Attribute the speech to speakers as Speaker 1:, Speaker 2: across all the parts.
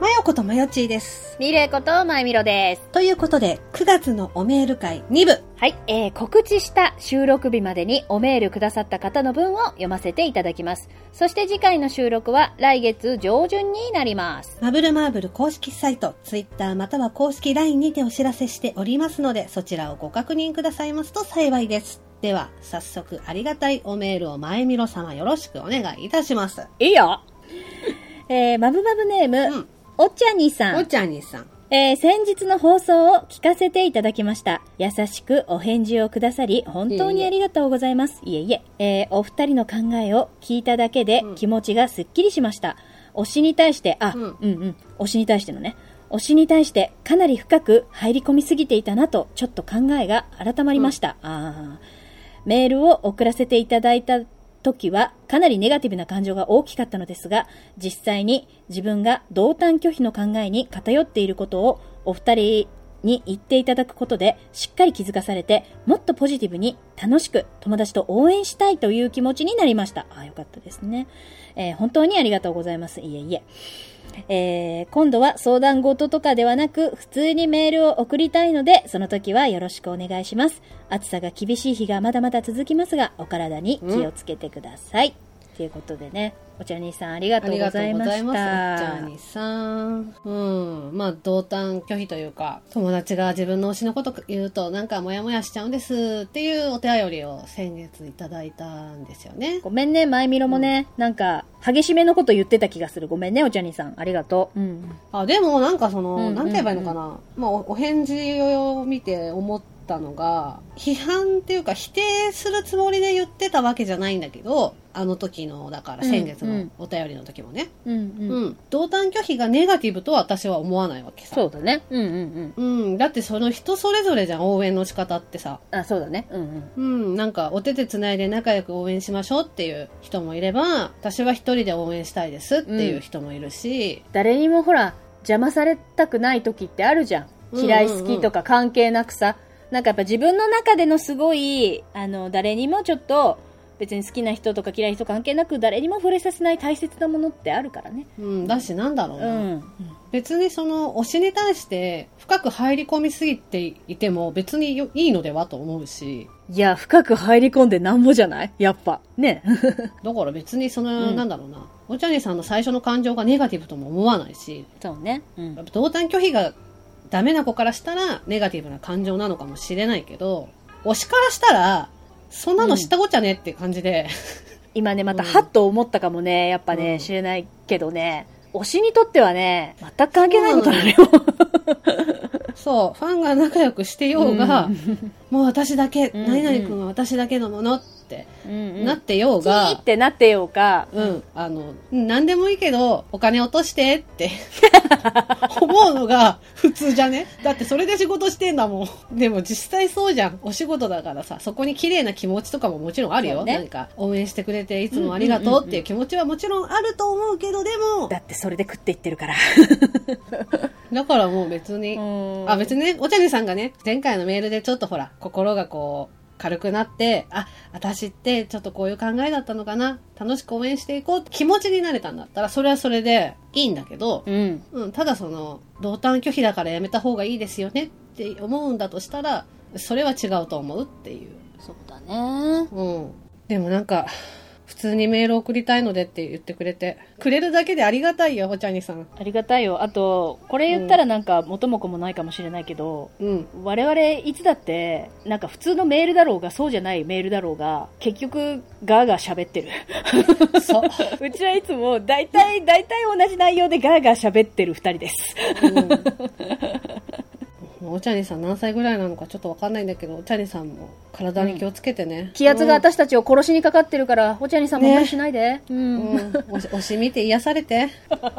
Speaker 1: マヨコとマヨチーです。
Speaker 2: ミレコとマイミロです。
Speaker 1: ということで、9月のおメール会2部。
Speaker 2: はい、えー、告知した収録日までにおメールくださった方の分を読ませていただきます。そして次回の収録は来月上旬になります。
Speaker 1: マブルマーブル公式サイト、ツイッターまたは公式 LINE にてお知らせしておりますので、そちらをご確認くださいますと幸いです。では、早速ありがたいおメールを前見ろ様よろしくお願いいたします。
Speaker 2: いいよえー、マブマブネーム、
Speaker 1: うん
Speaker 2: おちゃにさん。
Speaker 1: おちゃにさん。
Speaker 2: えー先日の放送を聞かせていただきました。優しくお返事をくださり、本当にありがとうございます。いえいえ、えーお二人の考えを聞いただけで
Speaker 1: うん
Speaker 2: 気持ちがすっきりしました。推しに対して、あ、
Speaker 1: う
Speaker 2: うんん、うんうん推しに対してのね。推しに対してかなり深く入り込みすぎていたなと、ちょっと考えが改まりました。あーメールを送らせていただいた時はかなりネガティブな感情が大きかったのですが、実際に自分が同担拒否の考えに偏っていることをお二人に言っていただくことでしっかり気づかされて、もっとポジティブに楽しく友達と応援したいという気持ちになりました。ああ、よかったですね。えー本当にありがとうございます。いえいえ。えー今度は相談事とかではなく、普通にメールを送りたいので、その時はよろしくお願いします。暑さが厳しい日がまだまだ続きますが、お体に気をつけてください。ということでね、お茶兄さんありが
Speaker 1: あ
Speaker 2: とう
Speaker 1: り
Speaker 2: ご
Speaker 1: がと
Speaker 2: ざ
Speaker 1: う
Speaker 2: い
Speaker 1: ご
Speaker 2: ま
Speaker 1: ざい
Speaker 2: し
Speaker 1: ます。おち
Speaker 2: た
Speaker 1: ゃ。にさん。うん。まあ、同担拒否というか、友達が自分の推しのこと言うと、なんかモヤモヤしちゃうんですっていうお手便りを先月いただいたんですよね。
Speaker 2: ごめんね、前みろもね、なんか、激しめのこと言ってた気がする。ごめんね、お茶兄さん。ありがとう。うん。
Speaker 1: あ、でもなんかその、
Speaker 2: うんうんうん
Speaker 1: なんて言えばいいのかな。まあ、おお返事を見て思ったのが、批判っていうか否定するつもりで言ってたわけじゃないんだけど、あの時の、だから先月
Speaker 2: うんう
Speaker 1: の
Speaker 2: ん
Speaker 1: お便りの時もね。
Speaker 2: うん
Speaker 1: う、
Speaker 2: うんん。
Speaker 1: 同担拒否がネガティブとは私は思わないわけさ。
Speaker 2: そうだね。うんうんうん。
Speaker 1: うん、だってその人それぞれじゃん、応援の仕方ってさ。
Speaker 2: あ、そうだね。うんうん。
Speaker 1: うん、なんか、お手手つないで仲良く応援しましょうっていう人もいれば、私は一人で応援したいですっていう人もいるし、
Speaker 2: 誰にもほら、邪魔されたくない時ってあるじゃ
Speaker 1: うん
Speaker 2: ん。嫌い好きとか関係なくさ。なんかやっぱ自分の中でのすごい、あの、誰にもちょっと、別に好きな人とか嫌いな人関係なく、誰にも触れさせない大切なものってあるからね。
Speaker 1: うん、だしなんだろう
Speaker 2: う
Speaker 1: な、
Speaker 2: ん。
Speaker 1: 別にその推しに対して深く入り込みすぎていても別によいいのではと思うし、
Speaker 2: いや、深く入り込んでなんぼじゃないやっぱ。ね。
Speaker 1: だから別にその、
Speaker 2: うん
Speaker 1: なんだろうな、お茶にさんの最初の感情がネガティブとも思わないし、
Speaker 2: そうね。うん
Speaker 1: やっ。ぱ同担拒否がダメな子からしたらネガティブな感情なのかもしれないけど推しからしたらそんなの知ったこっちゃねって感じで、
Speaker 2: 今ねまた
Speaker 1: うん
Speaker 2: はっと思ったかもねやっぱね、
Speaker 1: うん
Speaker 2: 知れないけどね推しにとってはね全く関係ないことなのよ、
Speaker 1: そうファンが仲良くしてようが、もう私だけ、
Speaker 2: うん
Speaker 1: 何々君は私だけのものって
Speaker 2: うん
Speaker 1: なってよう
Speaker 2: キー
Speaker 1: が
Speaker 2: っ、てなってようか、
Speaker 1: うんあの何でもいいけどお金落としてって 思うのが普通じゃねだってそれで仕事してんだもんでも実際そうじゃんお仕事だからさそこに綺麗な気持ちとかももちろんある
Speaker 2: そ
Speaker 1: よ、
Speaker 2: うね
Speaker 1: なんか応援してくれていつもありがとうっていう気持ちはもちろんあると思うけどでも
Speaker 2: だってそれで食っていってるから
Speaker 1: だからもう別に、あ別にねお茶にさんがね前回のメールでちょっとほら心がこう軽くなってあ私ってちょっとこういう考えだったのかな楽しく応援していこうって気持ちになれたんだったらそれはそれでいいんだけど、
Speaker 2: うん
Speaker 1: うん、ただその同担拒否だからやめた方がいいですよねって思うんだとしたらそれは違うと思うっていう、
Speaker 2: そうだね
Speaker 1: うん、でもなんか普通にメール送りたいのでって言ってくれてくれるだけでありがたいよお茶にさん
Speaker 2: ありがたいよあとこれ言ったらなんか元も子もないかもしれないけど、
Speaker 1: うん
Speaker 2: 我々いつだってなんか普通のメールだろうがそうじゃないメールだろうが結局ガーガー喋ってる
Speaker 1: そう、
Speaker 2: うちはいつも大体、大体同じ内容でガーガー喋ってる二人です。
Speaker 1: うん、お茶にさん何歳ぐらいなのかちょっとわかんないんだけどお茶にさんも体に気をつけてね、
Speaker 2: 気圧が私たちを殺しにかかってるから、お茶にさんも無理しないで。うん。
Speaker 1: うん、おし推 し見て癒されて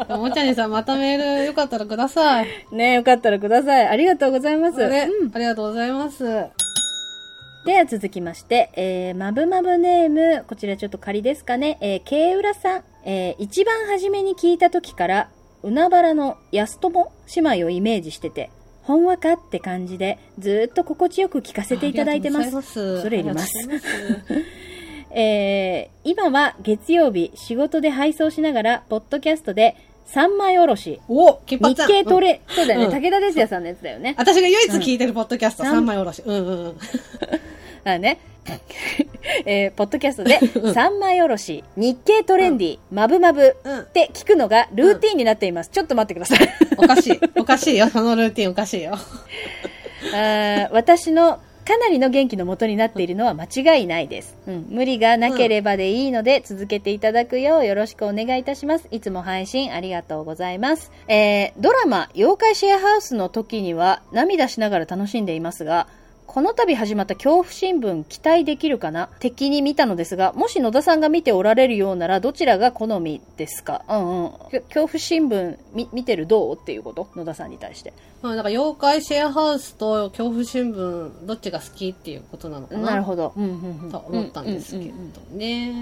Speaker 1: お茶にさんまたメールよかったらください
Speaker 2: ねよかったらください。ありがとうございます。
Speaker 1: ねありがとうございます
Speaker 2: では続きまして、えー、まぶまぶネーム、こちらちょっと仮ですかね、えー、けいうらさん、えー、一番初めに聞いた時から、海原の安友姉妹をイメージしてて、ほんわかって感じで、ずーっと心地よく聞かせていただいてます。
Speaker 1: す
Speaker 2: 恐れ入ります
Speaker 1: ありがとうございます
Speaker 2: えー今は月曜日仕事で配送しながら、ポッドキャストで三枚おろし。
Speaker 1: お金髪
Speaker 2: 日
Speaker 1: ちゃん
Speaker 2: 経ト
Speaker 1: うん
Speaker 2: レ、そうだよね、
Speaker 1: うん
Speaker 2: 武田鉄矢さんのやつだよね。
Speaker 1: 私が唯一聞いてるポッドキャスト、
Speaker 2: うん
Speaker 1: 三枚おろし。うんうんうん。
Speaker 2: あのね。 えーポッドキャストで「三枚おろし日経トレンディまぶまぶ」
Speaker 1: うん
Speaker 2: って聞くのがルーティンになっています、ちょっと待ってください
Speaker 1: おか しい。おかしいよ。そのルーティンおかしいよ。
Speaker 2: あー私のかなりの元気のもとになっているのは間違いないです、うん、無理がなければでいいので続けていただくようよろしくお願いいたしますいつも配信ありがとうございます、えードラマ「妖怪シェアハウス」の時には涙しながら楽しんでいますがこの度始まった恐怖新聞期待できるかな敵に見たのですが、もし野田さんが見ておられるようならどちらが好みですかうんうん。きょ恐怖新聞み見てるどうっていうこと野田さんに対して。
Speaker 1: まあ、なんか妖怪シェアハウスと恐怖新聞、どっちが好きっていうことなのかな。
Speaker 2: なるほど。うんうんうん
Speaker 1: と思ったんですけどね。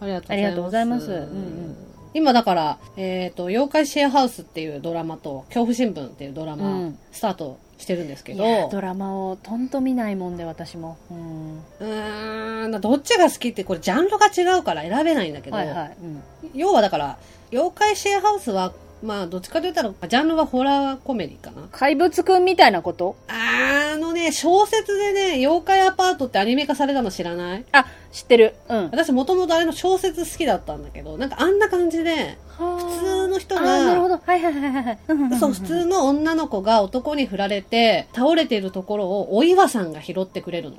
Speaker 1: ありがとうございます。
Speaker 2: ありがとうございますうんうん
Speaker 1: 今だから、えっ、と、妖怪シェアハウスっていうドラマと、恐怖新聞っていうドラ
Speaker 2: う
Speaker 1: マ
Speaker 2: ん、
Speaker 1: スタートしてるんですけ
Speaker 2: い
Speaker 1: ど、
Speaker 2: やド
Speaker 1: う
Speaker 2: ラマをとんと見ないもんで私も、うん、
Speaker 1: ーん、どっちが好きって、これジャンルが違うから選べないんだけど、
Speaker 2: はいはい、うん、
Speaker 1: 要はだから、妖怪シェアハウスは、まあ、どっちかと言ったら、ジャンルはホラーコメディかな。
Speaker 2: 怪物くんみたいなこと
Speaker 1: あのね、小説でね、妖怪アパートってアニメ化されたの知らない
Speaker 2: あ知ってるうん
Speaker 1: 私もともとあれの小説好きだったんだけど、なんかあんな感じで、
Speaker 2: 普
Speaker 1: 普通の人が
Speaker 2: なるほどはいはいはいはいうんん ん
Speaker 1: そう、普通の女の子が男に振られて、倒れているところをお岩さんが拾ってくれるの。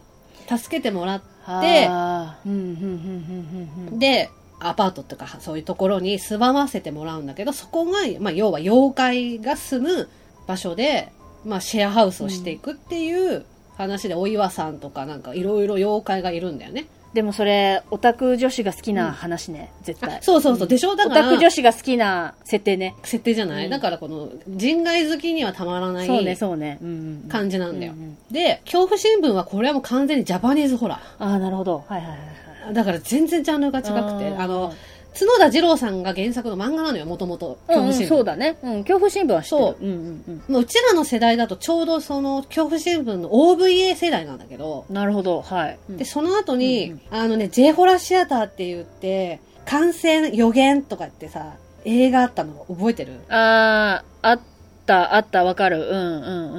Speaker 1: 助けてもらって、
Speaker 2: はーうんうんうんうんうんうん
Speaker 1: で、アパートっていうか、そういうところに住まわせてもらうんだけど、そこが、まあ、要は妖怪が住む場所で、まあ、シェアハウスをしていくっていう話で、お岩さんとかなんかいろいろ妖怪がいるんだよね。
Speaker 2: でもそれオタク女子が好きな話ね、絶対
Speaker 1: あそうそうそうでしょだから
Speaker 2: オタク女子が好きな設定ね
Speaker 1: 設定じゃない、
Speaker 2: うん
Speaker 1: だからこの、人外好きにはたまらない
Speaker 2: そうねそうね、うんうんうん、
Speaker 1: 感じなんだよ
Speaker 2: うう
Speaker 1: で、恐怖新聞はこれはもう完全にジャパニーズホラ
Speaker 2: ああなるほどはいはいはいはい
Speaker 1: ー。だから全然ジャンルが違くて、
Speaker 2: うん
Speaker 1: あの、角田二郎さんが原作の漫画なのよ、もともと。
Speaker 2: う
Speaker 1: 恐
Speaker 2: んう
Speaker 1: 怖
Speaker 2: ん、
Speaker 1: 新聞。
Speaker 2: そうだね、うん、恐怖新聞は知ってる、
Speaker 1: そう
Speaker 2: んうん
Speaker 1: もううちらの世代だとちょうどその恐怖新聞の OVA 世代なんだけど
Speaker 2: う、ん、なるほどはい、うん
Speaker 1: で、その後に、
Speaker 2: うん
Speaker 1: あのね、J ホラーシアターって言って、感染予言とかってさ、映画あったの覚えてる
Speaker 2: ああ、あった、あった、わかる。うん、うん、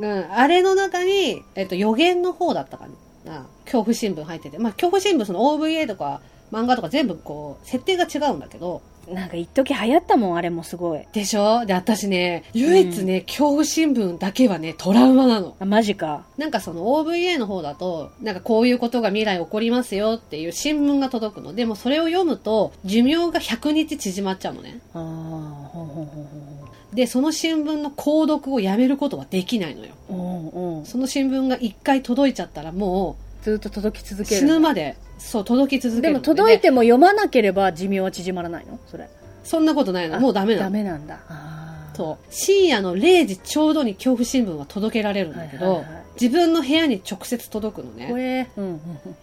Speaker 2: うん。
Speaker 1: うん。あれの中に、えっと、予言の方だったかな。恐怖新聞入ってて。まあ、恐怖新聞その OVA とか漫画とか全部こう、設定が違うんだけど、
Speaker 2: なんか一時流行ったもん、あれもすごい。
Speaker 1: でしょで、私ね、唯一ね、恐怖新聞だけはね、トラウマなの。
Speaker 2: あ、マジか。
Speaker 1: なんかその OVA の方だと、なんかこういうことが未来起こりますよっていう新聞が届くの。でもそれを読むと、寿命が100日縮まっちゃうのね。
Speaker 2: ああ、ほんほんほんほん
Speaker 1: で、その新聞の購読をやめることはできないのよ。
Speaker 2: ほん。うん、うん。
Speaker 1: その新聞が一回届いちゃったらも
Speaker 2: ずっと届き続
Speaker 1: う、
Speaker 2: ける。
Speaker 1: 死ぬまで、そう、届き続け
Speaker 2: で
Speaker 1: る
Speaker 2: も
Speaker 1: の
Speaker 2: 届いても読まなければ寿命は縮まらないのそれ。
Speaker 1: そんなことないの。もうダメな
Speaker 2: ダ
Speaker 1: の。
Speaker 2: メなんだ。ああ。
Speaker 1: そう。深夜の0時ちょうどに恐怖新聞は届けられるんだけど、
Speaker 2: はいはいはい
Speaker 1: 自分の部屋に直接届くの
Speaker 2: 怖
Speaker 1: ね。
Speaker 2: え。うん、うん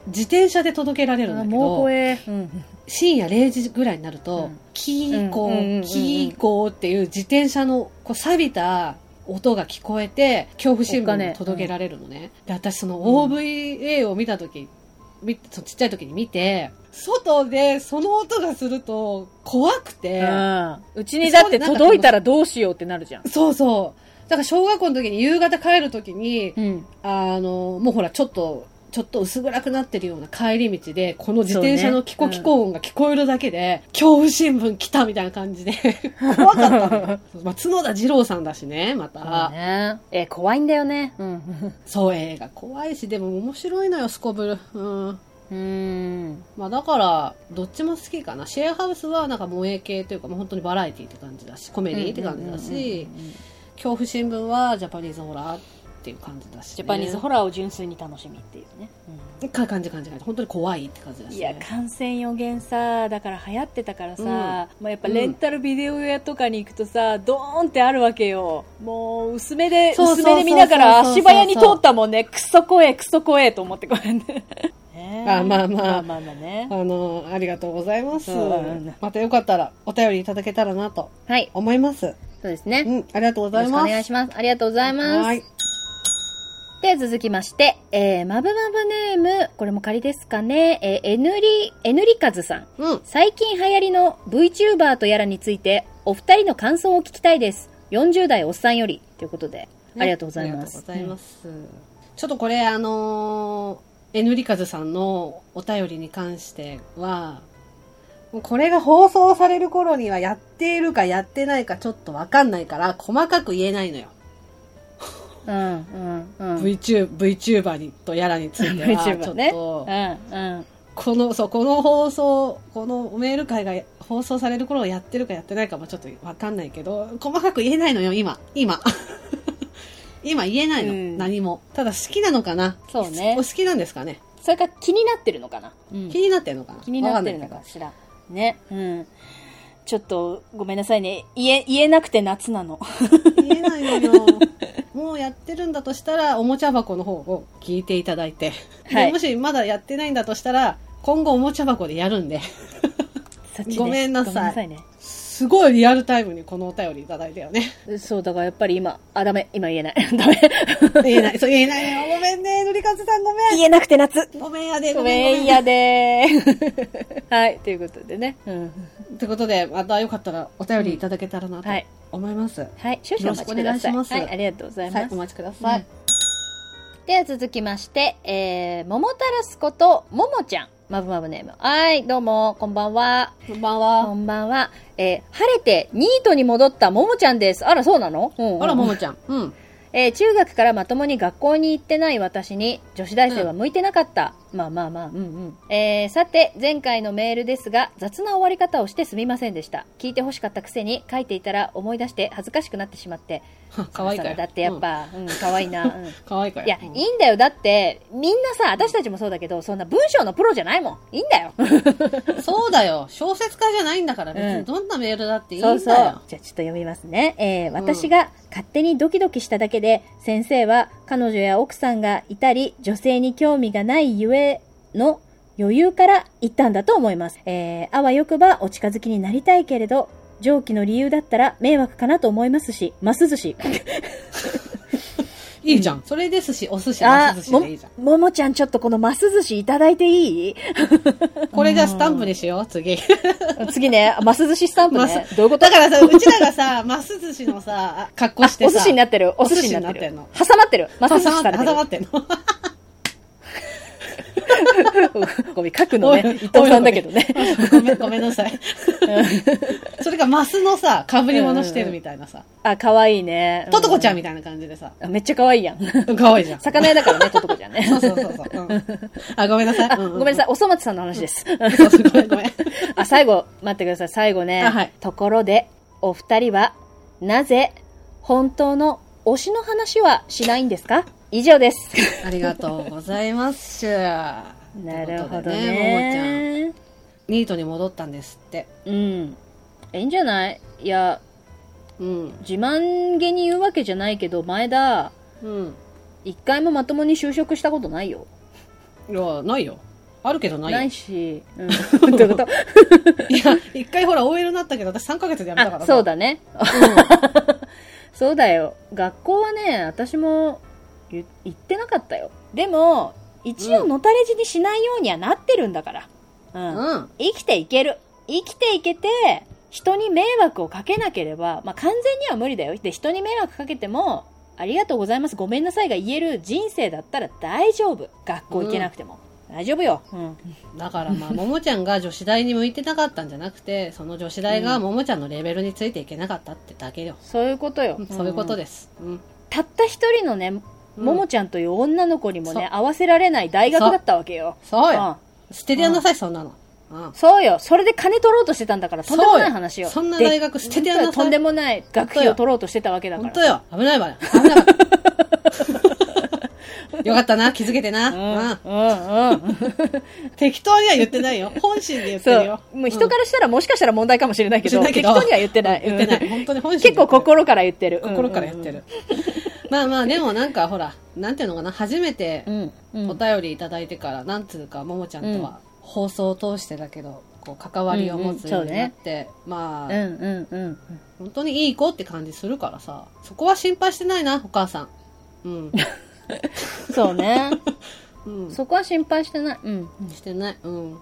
Speaker 1: 自転車で届けられ
Speaker 2: う
Speaker 1: るん
Speaker 2: ん。
Speaker 1: だ
Speaker 2: あ
Speaker 1: け
Speaker 2: もう
Speaker 1: ど
Speaker 2: 怖、え。うん。
Speaker 1: 深夜0時ぐらいになると、
Speaker 2: うん
Speaker 1: キーコ
Speaker 2: うんうんうんうん
Speaker 1: ー、キーコーっていう自転車のこう錆びた音が聞こえて、恐怖新
Speaker 2: おっか
Speaker 1: 聞
Speaker 2: ね
Speaker 1: に届けられるのね。で、私その
Speaker 2: ん
Speaker 1: OVA を見たとき、みそのちっちゃい時に見て、外でその音がすると怖くて、
Speaker 2: あーうちにだって届いたらどうしようってなるじゃん。
Speaker 1: そうそう。だから小学校の時に夕方帰る時に、
Speaker 2: うん。
Speaker 1: あの、もうほらちょっと、ちょっと薄暗くなってるような帰り道で、この自転車のキコキコ音が聞こえるだけで、恐怖新聞来たみたいな感じで、怖かったのよ。まあ、角田二郎さんだしね、ま
Speaker 2: そう
Speaker 1: た。
Speaker 2: ね。え、怖いんだよね。うん。
Speaker 1: そう,、映画怖いし、でも面白いのよ、すこぶる。うん。
Speaker 2: うん。
Speaker 1: まあだから、どっちも好きかな。シェアハウスはなんか萌え系というか、もう本当にバラエティって感じだし、コメディって感じだし、
Speaker 2: うんうんうんうん
Speaker 1: 恐怖新聞はジャパニーズホラーっていう感じだし、ね。
Speaker 2: ジャパニーズホラーを純粋に楽しみっていうね、
Speaker 1: か感じ感じ感じ。本当に怖いって感じだし、ね。
Speaker 2: いや感染予言さだから流行ってたからさ、まあ、やっぱレンタルビデオ屋とかに行くとさ、ドーンってあるわけよもう薄めで
Speaker 1: そうそう
Speaker 2: 薄
Speaker 1: そうそう
Speaker 2: めで見ながら足早に通ったもんねクソ怖えクソ怖えと思ってこれねねえ
Speaker 1: あまあまあ
Speaker 2: まあまあまあね
Speaker 1: あの、ありがとうございます
Speaker 2: うん。
Speaker 1: またよかったらお便りいただけたらなと
Speaker 2: はい
Speaker 1: 思います。
Speaker 2: そうですね
Speaker 1: うん、ありがとうございます。
Speaker 2: しますありがとうござい
Speaker 1: はい。
Speaker 2: で、続きまして、えー、まぶまぶネーム、これも仮ですかね、えー、えぬり、えぬりかずさん。
Speaker 1: うん。
Speaker 2: 最近流行りの VTuber とやらについて、お二人の感想を聞きたいです。40代おっさんより。ということで、
Speaker 1: ね
Speaker 2: ありがとうございます。
Speaker 1: ありがとうございます。ちょっとこれ、あのー、えぬりかずさんのお便りに関しては、もうこれが放送される頃にはやっているかやってないかちょっとわかんないから、細かく言えないのよ。
Speaker 2: うん。うん、うん、うん。
Speaker 1: VTube VTuber にとやらについては、ちょ
Speaker 2: VTuber
Speaker 1: っ
Speaker 2: ね。
Speaker 1: と、
Speaker 2: うん、うん。
Speaker 1: この、そう、この放送、このメール会が放送される頃やってるかやってないかもちょっとわかんないけど、細かく言えないのよ、今。今。 今言えないの、
Speaker 2: うん
Speaker 1: 何も。ただ好きなのかな
Speaker 2: そうね
Speaker 1: お好きなんですかね、
Speaker 2: それか気になってるのかな、うん
Speaker 1: 気になってるのかな
Speaker 2: 気になってるのかしら。ね。うん。ちょっと、ごめんなさいね。言え、言えなくて夏なの。
Speaker 1: わかんないけど言えないの よ。もうやってるんだとしたら、おもちゃ箱の方を聞いていただいて。で
Speaker 2: はい
Speaker 1: もしまだやってないんだとしたら、今後おもちゃ箱でやるんで。
Speaker 2: そっちです
Speaker 1: ごめんなさい
Speaker 2: ごめんなさいね。
Speaker 1: すごいリアルタイムにこのお便りいただいたよね。
Speaker 2: そう、だからやっぱり今、あ、ダメ、今言えない。 ダメ。
Speaker 1: 言えない、そう言えないよ。ごめんね、のりかずさんごめん。
Speaker 2: 言えなくて夏。
Speaker 1: ごめんやで、
Speaker 2: ごめんやでー。はい、ということでね。うん。
Speaker 1: ってことで、またよかったらお便りいただけたらなと
Speaker 2: はい。
Speaker 1: 思います。
Speaker 2: はい、少々お
Speaker 1: よろし
Speaker 2: 待ちください。
Speaker 1: くお願いします
Speaker 2: はい、ありがとうござい
Speaker 1: は
Speaker 2: ま
Speaker 1: い、
Speaker 2: す
Speaker 1: お。待ちください。
Speaker 2: では続きまして、えー、桃太郎すこと、ももちゃん。まぶまぶネーム。はい、どうも、こんばんは。
Speaker 1: こんばん
Speaker 2: こ
Speaker 1: は。
Speaker 2: んばんは。えー、晴れてニートに戻ったももちゃんです。あら、そうなの、うんうん
Speaker 1: あら、ももちゃん。うん。
Speaker 2: えー中学からまともに学校に行ってない私に女子大生は向いてなかった、まあまあまあうんうん、えーさて前回のメールですが雑な終わり方をしてすみませんでした聞いてほしかったくせに書いていたら思い出して恥ずかしくなってしまって
Speaker 1: かわいい
Speaker 2: そ
Speaker 1: からよ。
Speaker 2: そらだってやっぱ、うん可愛いな、 うん
Speaker 1: うん。かわいいから。
Speaker 2: いや、
Speaker 1: うん
Speaker 2: いいんだよ。だって、みんなさ、私たちもそうだけど、そんな文章のプロじゃないもん。いいんだよ。
Speaker 1: そうだよ。小説家じゃないんだから、別
Speaker 2: う
Speaker 1: に
Speaker 2: ん
Speaker 1: どんなメールだっていいんだ
Speaker 2: そ
Speaker 1: よ。
Speaker 2: うそう。じゃあちょっと読みますね。えー私が勝手にドキドキしただけで、先生は彼女や奥さんがいたり、女性に興味がないゆえの余裕から言ったんだと思います。えーあわよくばお近づきになりたいけれど、上記の理由だったら迷惑かなと思いますし、ます寿司。
Speaker 1: いいじゃん。それですし、お寿司、
Speaker 2: あ
Speaker 1: お寿
Speaker 2: ー、
Speaker 1: 司でいいじゃん。
Speaker 2: も、ももちゃんちょっとこのます寿司いただいていい
Speaker 1: これじゃあスタンプにしよう、次。
Speaker 2: 次ね、ます寿司スタンプね。どういうこと
Speaker 1: だからさ、うちらがさ、ます寿司のさ、あ格好して
Speaker 2: お
Speaker 1: さ。
Speaker 2: 寿司になってる。お寿司になっ
Speaker 1: お寿
Speaker 2: て
Speaker 1: 司に
Speaker 2: る。
Speaker 1: なっ
Speaker 2: 挟まってる。ます寿
Speaker 1: 挟
Speaker 2: 司
Speaker 1: まっ
Speaker 2: さ
Speaker 1: て、
Speaker 2: れ
Speaker 1: 挟
Speaker 2: て
Speaker 1: まっ
Speaker 2: る。
Speaker 1: てんの。
Speaker 2: ごめん、書くのね、伊藤さんだけどね。
Speaker 1: ごめん、ごめんなさい。それがマスのさ、被り物してるみたいなさ、
Speaker 2: あ、可愛いね。
Speaker 1: トトコちゃん
Speaker 2: み
Speaker 1: みたいな感じでさ、
Speaker 2: たい。めっちゃ可愛いやん。
Speaker 1: 可愛いじゃん。
Speaker 2: 魚屋だ からね、トトコちゃんね。
Speaker 1: そうそうそうそう、うん あ、ごめんなさい。
Speaker 2: あ、ごめんなさ
Speaker 1: い。
Speaker 2: い、おそ松さんの話です。
Speaker 1: そうそうごめんごめん。
Speaker 2: あ、最後、待ってください、最後ね。
Speaker 1: あはい
Speaker 2: ところで、お二人は、なぜ、本当の推しの話はしないんですか以上です。
Speaker 1: ありがとうございます。な
Speaker 2: なるほど
Speaker 1: ももちゃん。
Speaker 2: ね。
Speaker 1: ニートに戻ったんですって。
Speaker 2: うん。いいんじゃないいや、
Speaker 1: うん。
Speaker 2: 自慢げに言うわけじゃないけど、前田、
Speaker 1: うん。
Speaker 2: 一回もまともに就職したことないよ。
Speaker 1: いや、ないよ。あるけどないよ。
Speaker 2: ないし、 うん、どういうこと
Speaker 1: いや、一回ほら OL になったけど、私3ヶ月で辞めたから。
Speaker 2: あそう。だね、 そうだよ学校はね私もゆ行ってなかったよでも一応
Speaker 1: うん
Speaker 2: のたれ死にしないようにはなってるんだから、うん
Speaker 1: うん。
Speaker 2: 生きていける生きていけて人に迷惑をかけなければ、まあ、完全には無理だよで人に迷惑かけてもありがとうございますごめんなさいが言える人生だったら大丈夫学校行けなくても、大丈夫よ、うん、
Speaker 1: だからまあ、ももちゃんが女子大に向いてなかったんじゃなくて、 その女子大がももちゃんのレベルについていけなかったってだけよ。
Speaker 2: そういうことよ、
Speaker 1: そういうこと
Speaker 2: ん
Speaker 1: です。うん。
Speaker 2: たった一人のねももちゃんという女の子にもね、合わせられない大学だったわけよ。
Speaker 1: そう
Speaker 2: うん
Speaker 1: よ。捨ててやんなさい、そんなの。うん。
Speaker 2: そうよ。それで金取ろうとしてたんだから、とんでもない話よ。
Speaker 1: そうよそんな大学
Speaker 2: で
Speaker 1: 捨ててやんなさい
Speaker 2: とんでもない学費を取ろうとしてたわけだか
Speaker 1: 本
Speaker 2: ら。
Speaker 1: 当よ。危ないわよ。 危なかった。よかったな、気づけて
Speaker 2: う
Speaker 1: な。うん。
Speaker 2: ん、うん、うん。
Speaker 1: 適当には言ってないよ。本心で言って
Speaker 2: そ
Speaker 1: るよ
Speaker 2: う。。もう人からしたらもしかしたら問題かもしれないけど、
Speaker 1: しないけ
Speaker 2: 適
Speaker 1: ど
Speaker 2: 当には言ってない。
Speaker 1: 言ってない。
Speaker 2: うん
Speaker 1: 本当に本心で言
Speaker 2: 結構
Speaker 1: ってる。
Speaker 2: 心から言ってる。
Speaker 1: 心からやってる。まあまあ、でもなんかほら、なんていうのかな、初めて
Speaker 2: うん。うん。うん
Speaker 1: お便りいただいてから、なんつうか、ももちゃんとは放送を通してだけど、こう、関わりを持つようになって、まあ、
Speaker 2: うんうんうん。
Speaker 1: 本当にいい子って感じするからさ、そこは心配してないな、お母さん。うん。
Speaker 2: そうね。
Speaker 1: うん。
Speaker 2: そこは心配してない。うん。
Speaker 1: してない。うん。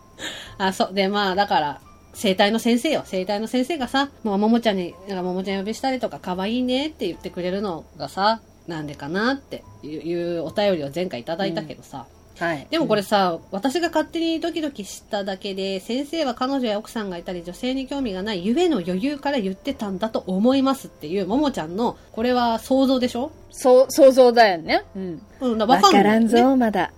Speaker 1: あ、そう。で、まあ、だから、生体の先生よ。生体の先生がさ、もうももちゃんに、なんかももちゃん呼びしたりとか、可愛いねって言ってくれるのがさ、なんでかなっていうお便りを前回いただいたけどさ。
Speaker 2: はい。
Speaker 1: でもこれさ、私が勝手にドキドキしただけで、先生は彼女や奥さんがいたり、女性に興味がない、ゆえの余裕から言ってたんだと思いますっていう、ももちゃんの、これは想像でしょ
Speaker 2: そう、想像だよね。うん。
Speaker 1: うん、
Speaker 2: わ
Speaker 1: わかんない、
Speaker 2: からんぞ、まだ。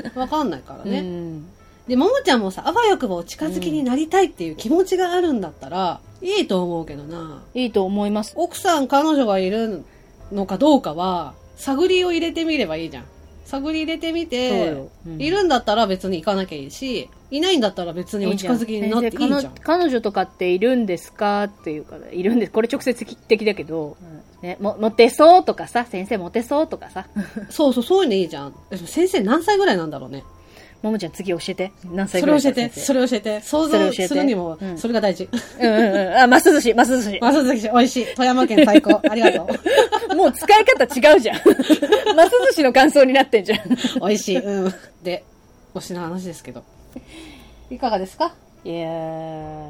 Speaker 1: ね。わかんないからね。
Speaker 2: うん。
Speaker 1: で、ももちゃんもさ、あわよくばお近づきになりたいっていう気持ちがあるんだったら、いいと思うけどな。
Speaker 2: いいと思います。
Speaker 1: 奥さん、彼女がいるのかどうかは、探りを入れてみればいいじゃん。探り入れてみ
Speaker 2: そう
Speaker 1: て
Speaker 2: よ、うん
Speaker 1: いるんだったら別に行かなきゃいいし、いないんだったら別にお近づきになっていいじゃん。
Speaker 2: 先生彼女彼女とかっているんですかっていうから、いるんです。これ直接的だけど、ね、も、モテそうとかさ、先生モテそうとかさ。
Speaker 1: そうそう、そういうのいいじゃん。でも先生何歳ぐらいなんだろうね。
Speaker 2: ももちゃん次教えて。何歳
Speaker 1: そ
Speaker 2: ぐら
Speaker 1: れ
Speaker 2: い
Speaker 1: 教え
Speaker 2: から
Speaker 1: て、
Speaker 2: 先生
Speaker 1: それ教えて。想
Speaker 2: それ
Speaker 1: 像
Speaker 2: 教えて
Speaker 1: するにも
Speaker 2: う、ん
Speaker 1: それが大事。
Speaker 2: うんうんうん。あ、ます寿司、ます寿司。
Speaker 1: マサ崎市美味しい。富山県最 高。ありがとう。
Speaker 2: もう使い方違うじゃん。 ます寿司の感想になってんじゃん。
Speaker 1: 美味しい。うん。で、推しの話ですけど。いかがですか
Speaker 2: いやー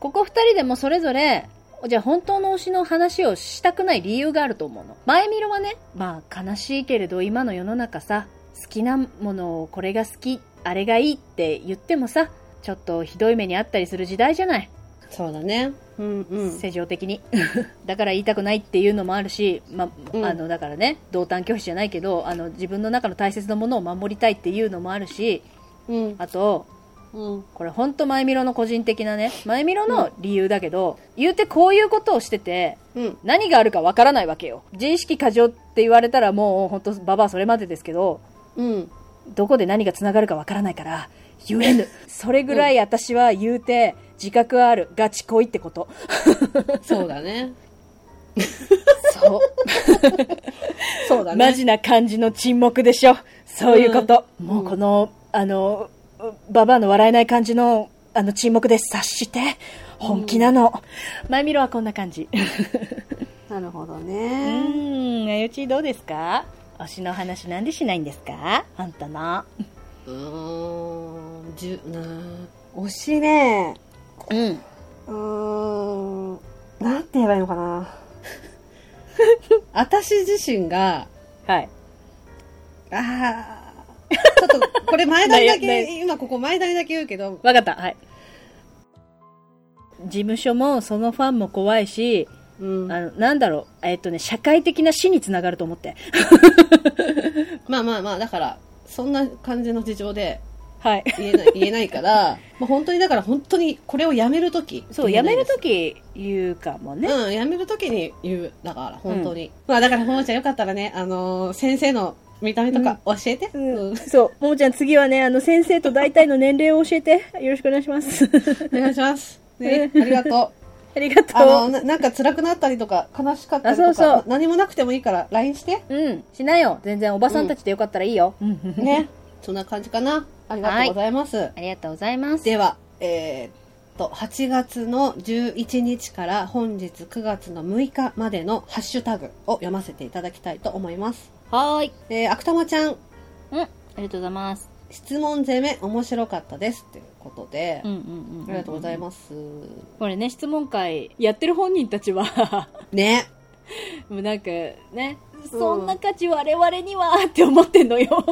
Speaker 2: ここ二人でもそれぞれ、じゃあ本当の推しの話をしたくない理由があると思うの。前見ろはね、まあ悲しいけれど今の世の中さ、好きなものをこれが好き、あれがいいって言ってもさ、ちょっとひどい目にあったりする時代じゃない。
Speaker 1: そうだね。うんうん。
Speaker 2: 世情的に だから言いたくないっていうのもあるし、ま
Speaker 1: うん
Speaker 2: あのだからね同担拒否じゃないけどあの自分の中の大切なものを守りたいっていうのもあるし
Speaker 1: うん。
Speaker 2: あと
Speaker 1: うん。
Speaker 2: これ本当マイミロの個人的なねマイミロの理由だけど、言うてこういうことをしてて
Speaker 1: うん。
Speaker 2: 何があるかわからないわけよ自意識過剰って言われたらもう本当ババアそれまでですけど
Speaker 1: うん。
Speaker 2: どこで何がつながるかわからないから言えぬそれぐらい私は言うて自覚はあるガチ恋ってこと
Speaker 1: そうだね。
Speaker 2: そう
Speaker 1: そうだね。
Speaker 2: マジな感じの沈黙でしょ。そういうこと。
Speaker 1: うん
Speaker 2: もうこの、あの、ババアの笑えない感じの、あの沈黙で察して、本気なの。前見ろはこんな感じ。
Speaker 1: なるほど
Speaker 2: う
Speaker 1: ね。
Speaker 2: ーん、あゆちどうですか推しの話なんでしないんですかあんたな。
Speaker 1: うーん。じゅ、な推しね。
Speaker 2: うん。
Speaker 1: うーん。なんて言えばいいのかな。 私自身が、
Speaker 2: はい。
Speaker 1: ああ、ちょっと、これ前段だ
Speaker 2: ないな
Speaker 1: け、今ここ前段だけ言うけど、
Speaker 2: わかった。はい。事務所もそのファンも怖いし、
Speaker 1: うん。
Speaker 2: あの、なんだろう、えっとね、社会的な死につながると思って。
Speaker 1: まあまあまあ、だから、そんな感じの事情で
Speaker 2: はい。
Speaker 1: 言えない、言えないから、 まあ本当にだから本当にこれをやめるとき。
Speaker 2: そう、やめる
Speaker 1: と
Speaker 2: とき言うかもね。
Speaker 1: うん、やめるときに言う。だから、本当に。まあだから、ほもちゃんよかったらね、あのー先生の見た目とか教えて。うん。
Speaker 2: そう、ももちゃん次はね、あの先生と大体の年齢を教えて、よろしくお願いし ます。
Speaker 1: お願いします。ね、あり がとう。
Speaker 2: ありが
Speaker 1: あの
Speaker 2: とう。
Speaker 1: な、なんか辛くなったりとか、悲しかったりとか、
Speaker 2: あそうそう
Speaker 1: 何もなくてもいいから、LINE して。
Speaker 2: うん、しなよ。全然おばさんたちでよかったらいいよ。うん、
Speaker 1: ね。そんな感じかな。ありがとうございます。
Speaker 2: ありがとうございます。
Speaker 1: では、えーっと、8月の11日から本日9月の6日までのハッシュタグを読ませていただきたいと思います。
Speaker 2: はーい。
Speaker 1: えー、あくたまちゃん、
Speaker 2: うん、ありがとうございます。
Speaker 1: 質問攻め面白かったです。ということで、
Speaker 2: んうんうん
Speaker 1: ありがとうござい
Speaker 2: す。
Speaker 1: ます。
Speaker 2: これね、質問会、やってる本人たち は、
Speaker 1: ね。
Speaker 2: もうなんか、ね、そんな価値我々にはって思ってんの よ。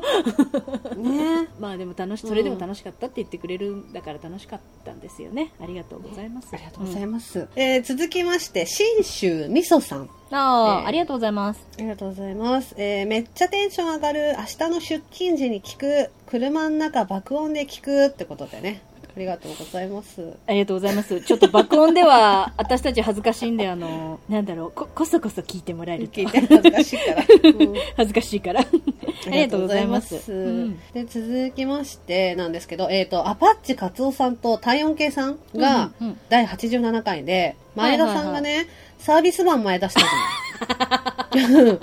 Speaker 1: ね。
Speaker 2: まあでも楽し、それでも楽しかったって言ってくれるんだから楽しかったんですよね。ありがとうございます。
Speaker 1: ありがとうござ
Speaker 2: ま
Speaker 1: います。えー続きまして、信州みそさん。
Speaker 2: す。あ
Speaker 1: え
Speaker 2: あ、
Speaker 1: ー
Speaker 2: ありがとうございます。
Speaker 1: ありがとうございます。えーめっちゃテンション上がる。明日の出勤時に聞く。車の中爆音で聞くってことでね。ありがとうございます。
Speaker 2: ありがとうございます。ちょっと爆音では、 私たち恥ずかしいんで、あの、なんだろう、こ、こそこそ聞いてもらえると
Speaker 1: 聞いて恥ずかしいから。 うん
Speaker 2: 恥ずかしいから。 ありがとうございます。うん
Speaker 1: で、続きましてなんですけど、えっ、と、アパッチカツオさんと体温計さんが
Speaker 2: うんうんうん
Speaker 1: 第87回で、前田さんがね、サービスマン前出したじゃない。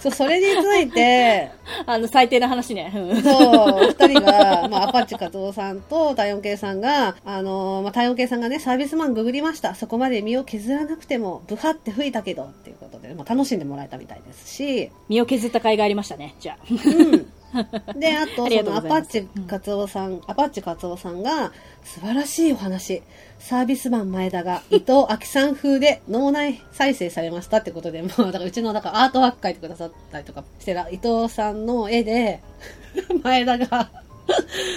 Speaker 1: そう、それについて、
Speaker 2: あの、最低な話ね。うん
Speaker 1: そう、二人が、まあ、アパッチ加藤さんと体温計さんが、あのーまあ、体温計さんがね、サービスマンググりました。そこまで身を削らなくても、ブハって吹いたけど、っていうことで、まあ、楽しんでもらえたみたいですし、
Speaker 2: 身を削った甲斐がありましたね、じゃあ。
Speaker 1: うん。で、あと、
Speaker 2: あ
Speaker 1: そ
Speaker 2: りがとう
Speaker 1: のア
Speaker 2: ござい
Speaker 1: パ
Speaker 2: ま
Speaker 1: ッ
Speaker 2: す
Speaker 1: チカツオさん、アパッチカツオさんが、素晴らしいお話、サービスマン前田が伊藤明さん風で脳内再生されましたってことで、も う、だからうちの、だからアートワーク書いてくださったりとかしてた、伊藤さんの絵で、 前田が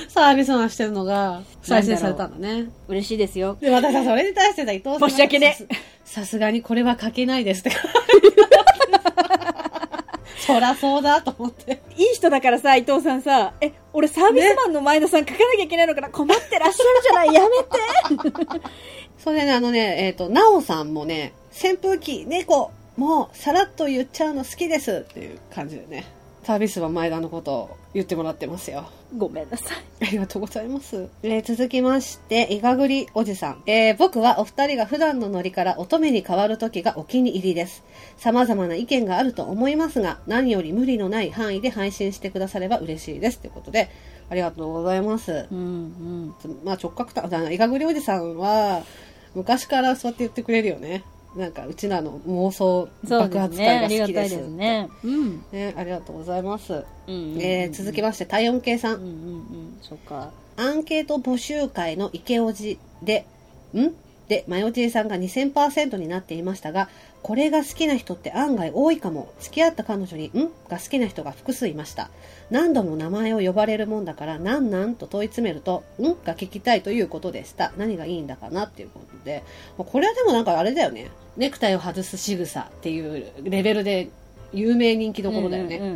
Speaker 1: サービスマンしてるのが再生されたのね。
Speaker 2: 嬉しいですよ。
Speaker 1: で、私はそれに対してさ、伊藤さんが。
Speaker 2: 申し訳ねえ
Speaker 1: さす。さすがにこれは書けないですって。 そらそうだと思って。
Speaker 2: いい人だからさ、伊藤さんさ、え、俺サービスマンの前田さん書かなきゃいけないのかな、困ってらっしゃるじゃない、やめて。
Speaker 1: それでね、あのね、えっ、と、なおさんもね、扇風機、猫、もう、さらっと言っちゃうの好きですっていう感じでね、サービスは前田のことを言ってもらってますよ。
Speaker 2: ごめんなさい。
Speaker 1: ありがとうございます。えー続きまして、いがぐりおじさん。えー僕はお二人が普段のノリから乙女に変わる時がお気に入りです。様々な意見があると思いますが、何より無理のない範囲で配信してくだされば嬉しいです。ということで、ありがとうございます。
Speaker 2: うん、うん。
Speaker 1: まあ直角た、あいがぐりおじさんは、昔からそうやって言ってくれるよね。なんか、うちらの妄想
Speaker 2: そう
Speaker 1: 爆
Speaker 2: です
Speaker 1: 発
Speaker 2: ね。
Speaker 1: 会
Speaker 2: あ
Speaker 1: が
Speaker 2: り
Speaker 1: 好
Speaker 2: が
Speaker 1: き
Speaker 2: た
Speaker 1: で
Speaker 2: い
Speaker 1: す。
Speaker 2: ですね。うん。
Speaker 1: ね、ありがとうございます。
Speaker 2: うん
Speaker 1: えー続きまして、体温計さん
Speaker 2: うん、うん、うん。そうか。
Speaker 1: アンケート募集会の池おじで、んで、マヨチーさんが2000%になっていましたが、これが好きな人って案外多いかも。付き合った彼女に、んが好きな人が複数いました。何度も名前を呼ばれるもんだから、なんなんと問い詰めると、んが聞きたいということでした。何がいいんだかなっていうことで。まあこれはでもなんかあれだよね。ネクタイを外す仕草っていうレベルで有名人気どころだよね。
Speaker 2: うん、うん、うん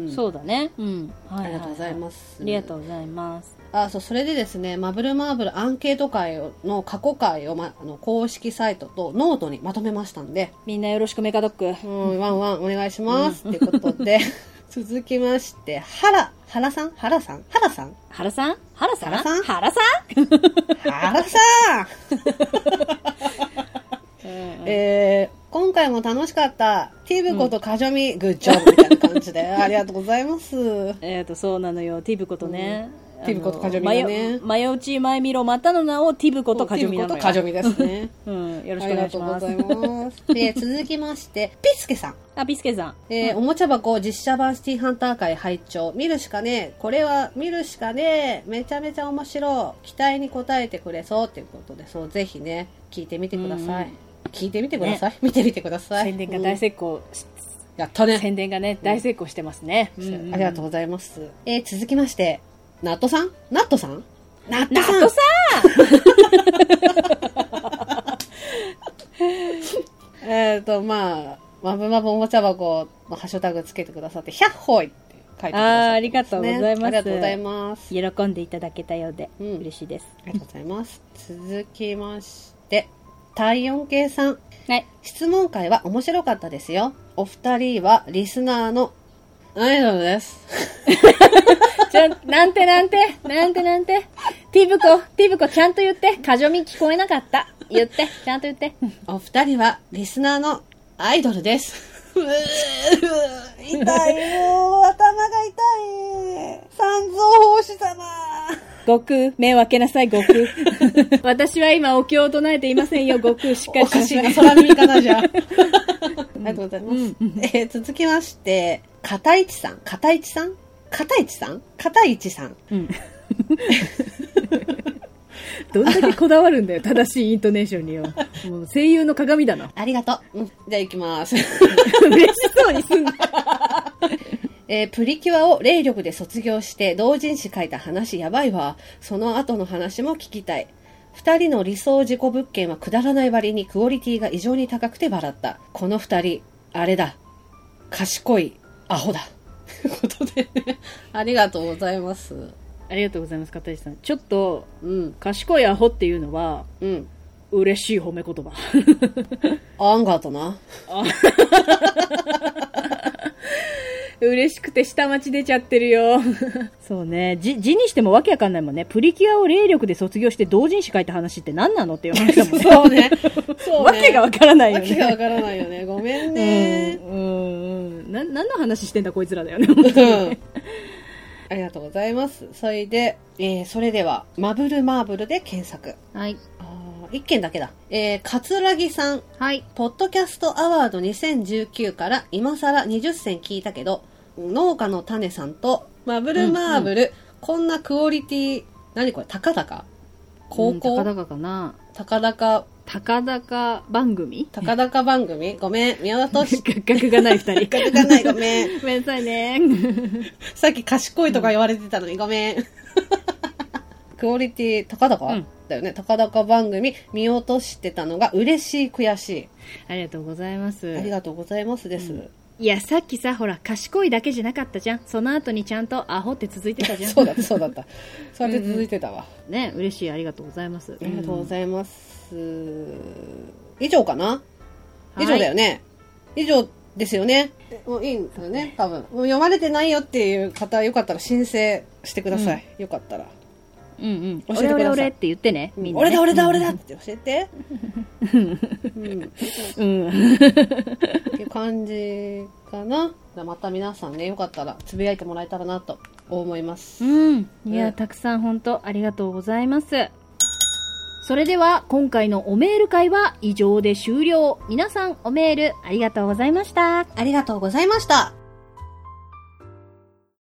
Speaker 1: うんん
Speaker 2: そうだね。うん。は。
Speaker 1: ありがとうございますす。
Speaker 2: ありがとうございます。
Speaker 1: あそうそれでですねマブルマーブルアンケート会の過去回を、ま、あの公式サイトとノートにまとめましたんで、
Speaker 2: みんなよろしくメカドック。
Speaker 1: うん、ワンワンお願いします、ってこと で続きまして原原さん原さん原さん
Speaker 2: 原さん原さん
Speaker 1: 原さん
Speaker 2: 原さ
Speaker 1: 原さん
Speaker 2: んうん
Speaker 1: えー、今回も楽しかったティブコとカジョミ、グッジョブみたいな感 じでありがとうございます
Speaker 2: えっと、そうなのよ。ティブコとね。
Speaker 1: うんティブコとカジョミ
Speaker 2: マ
Speaker 1: がね
Speaker 2: ヨマヨチマイミロ、またの名をティブコとカジョミな
Speaker 1: ティブコ
Speaker 2: の
Speaker 1: とカジョ
Speaker 2: よ。
Speaker 1: ミですね
Speaker 2: うん。よろ
Speaker 1: あ
Speaker 2: しくお
Speaker 1: り
Speaker 2: 願
Speaker 1: が
Speaker 2: いし
Speaker 1: とうご
Speaker 2: ます
Speaker 1: ざ。いますで続きましてピスケさん
Speaker 2: あ、ビスケさん。
Speaker 1: えーおもちゃ箱実写版シティハンター会拝聴見るしかねえこれは見るしかねえめちゃめちゃ面白い期待に応えてくれそうっていうことでそうぜひね聞いてみてください、
Speaker 2: うん
Speaker 1: 聞いてみてください、見てみてください
Speaker 2: 宣伝が大
Speaker 1: 功、
Speaker 2: 成功し、
Speaker 1: うんやったね、
Speaker 2: 宣伝がね、大成功してますね。
Speaker 1: ありがとうございます、えー続きましてナットさんナットさんナッ
Speaker 2: ナ
Speaker 1: ト
Speaker 2: ッ
Speaker 1: さん
Speaker 2: トさ
Speaker 1: えっ、とまあまぶまぶおもちゃ箱のハッシュタグつけてくださって「ひゃっほい!」って書いてくださってますね、
Speaker 2: あーありがとうございま
Speaker 1: あ
Speaker 2: す
Speaker 1: りがとうございます
Speaker 2: ん喜んでいただけたようで、
Speaker 1: うん
Speaker 2: 嬉しいです。
Speaker 1: ありがとうございます。続きまして、体温計さん。
Speaker 2: はい。
Speaker 1: 質問会は面白かったですよ。お二人はリスナーのアイドルです。
Speaker 2: じゃあ、なんてなんて、なんてなんて。ティブコ、ティブコちゃんと言って。カジョミ聞こえなかった。言って、ちゃんと言って。
Speaker 1: お二人はリスナーのアイドルです。うー痛いもう頭が痛い三蔵法師様
Speaker 2: 悟空、目を開けなさい、悟空。 私は今、お経を唱えていませんよ、悟空。しっか
Speaker 1: お
Speaker 2: りし
Speaker 1: か
Speaker 2: な
Speaker 1: し
Speaker 2: さ。
Speaker 1: いない空耳かな じゃあありがとうございます、えー続きまして片市さん片市さん片市さん片市さん
Speaker 2: どんだけこだわるんだよ、正しいイントネーションによ。もう声優の鏡だな。
Speaker 1: ありがとう。うん、じゃあ行きます。
Speaker 2: 嬉しそうにすんな。
Speaker 1: えープリキュアを霊力で卒業して同人誌書いた話やばいわ。その後の話も聞きたい。二人の理想事故物件はくだらない割にクオリティが異常に高くて笑った。この二人、あれだ。賢い、アホだ。ということで、ね、ありがとうございます。
Speaker 2: ありがとうございます、片石さん。ちょっと、
Speaker 1: うん、
Speaker 2: 賢いアホっていうのは、
Speaker 1: うん。
Speaker 2: 嬉しい褒め言葉。
Speaker 1: アンガーとな。
Speaker 2: 嬉しくて下町出ちゃってるよ。 そうね。字、字にしてもわけわかんないもんね。プリキュアを霊力で卒業して同人誌書いた話って何なのっていう話だ もんね。
Speaker 1: そうね。そうね。
Speaker 2: わけがわからないよ
Speaker 1: わけがわ
Speaker 2: ね。
Speaker 1: からないよね。ごめん
Speaker 2: うん
Speaker 1: ね。
Speaker 2: うんうん。な、何の話してんだこいつらだよね。
Speaker 1: うんありがとうございます。それで、えー、それでは、マブルマーブルで検索。
Speaker 2: はい。
Speaker 1: あー一件だけだ。えー、かつらぎさん、
Speaker 2: はい。
Speaker 1: ポッドキャストアワード2019から今更20選聞いたけど、農家の種さんと、マブルマーブル、こんなクオリティ、何これ、高々高
Speaker 2: うん高
Speaker 1: 校、
Speaker 2: 々かな
Speaker 1: 高々、
Speaker 2: 高々番組
Speaker 1: 高々番組ごめん、宮田と し、
Speaker 2: 学学がない二人。
Speaker 1: 学がないごめん。
Speaker 2: ごめんなさいね。
Speaker 1: さっき賢いとか言われてたのにごめん。クオリティ、高々、
Speaker 2: うん
Speaker 1: だよね。高々番組見落としてたのが嬉しい、悔し
Speaker 2: ありがとうございます。
Speaker 1: い。ありがとうございますです。
Speaker 2: いや、さっきさ、ほら、賢いだけじゃなかったじゃん。その後にちゃんとアホって続いてたじゃん。
Speaker 1: そうだった、そうだ った。そうやって続いてたわ。
Speaker 2: ね、嬉しい。ありがとうございます。あ
Speaker 1: ありがとうございます。以上かな以上だよね。以上ですよね。えもういいんだよね、多分。もう読まれてないよっていう方、よかったら申請してください。よかったら。
Speaker 2: うんうん。
Speaker 1: 教えてください
Speaker 2: 俺俺俺って言ってね。みんな、ね。
Speaker 1: 俺だ、俺だ、俺だって教えて。うん
Speaker 2: うん。
Speaker 1: っていう感じかな。じゃあまた皆さんね、よかったらつぶやいてもらえたらなと思います。
Speaker 2: うん。い
Speaker 1: ね
Speaker 2: や、たくさん本当ありがとうございます。それでは、今回のおメール会は以上で終了。皆さん、おメールありがとうございました。
Speaker 1: ありがとうございました。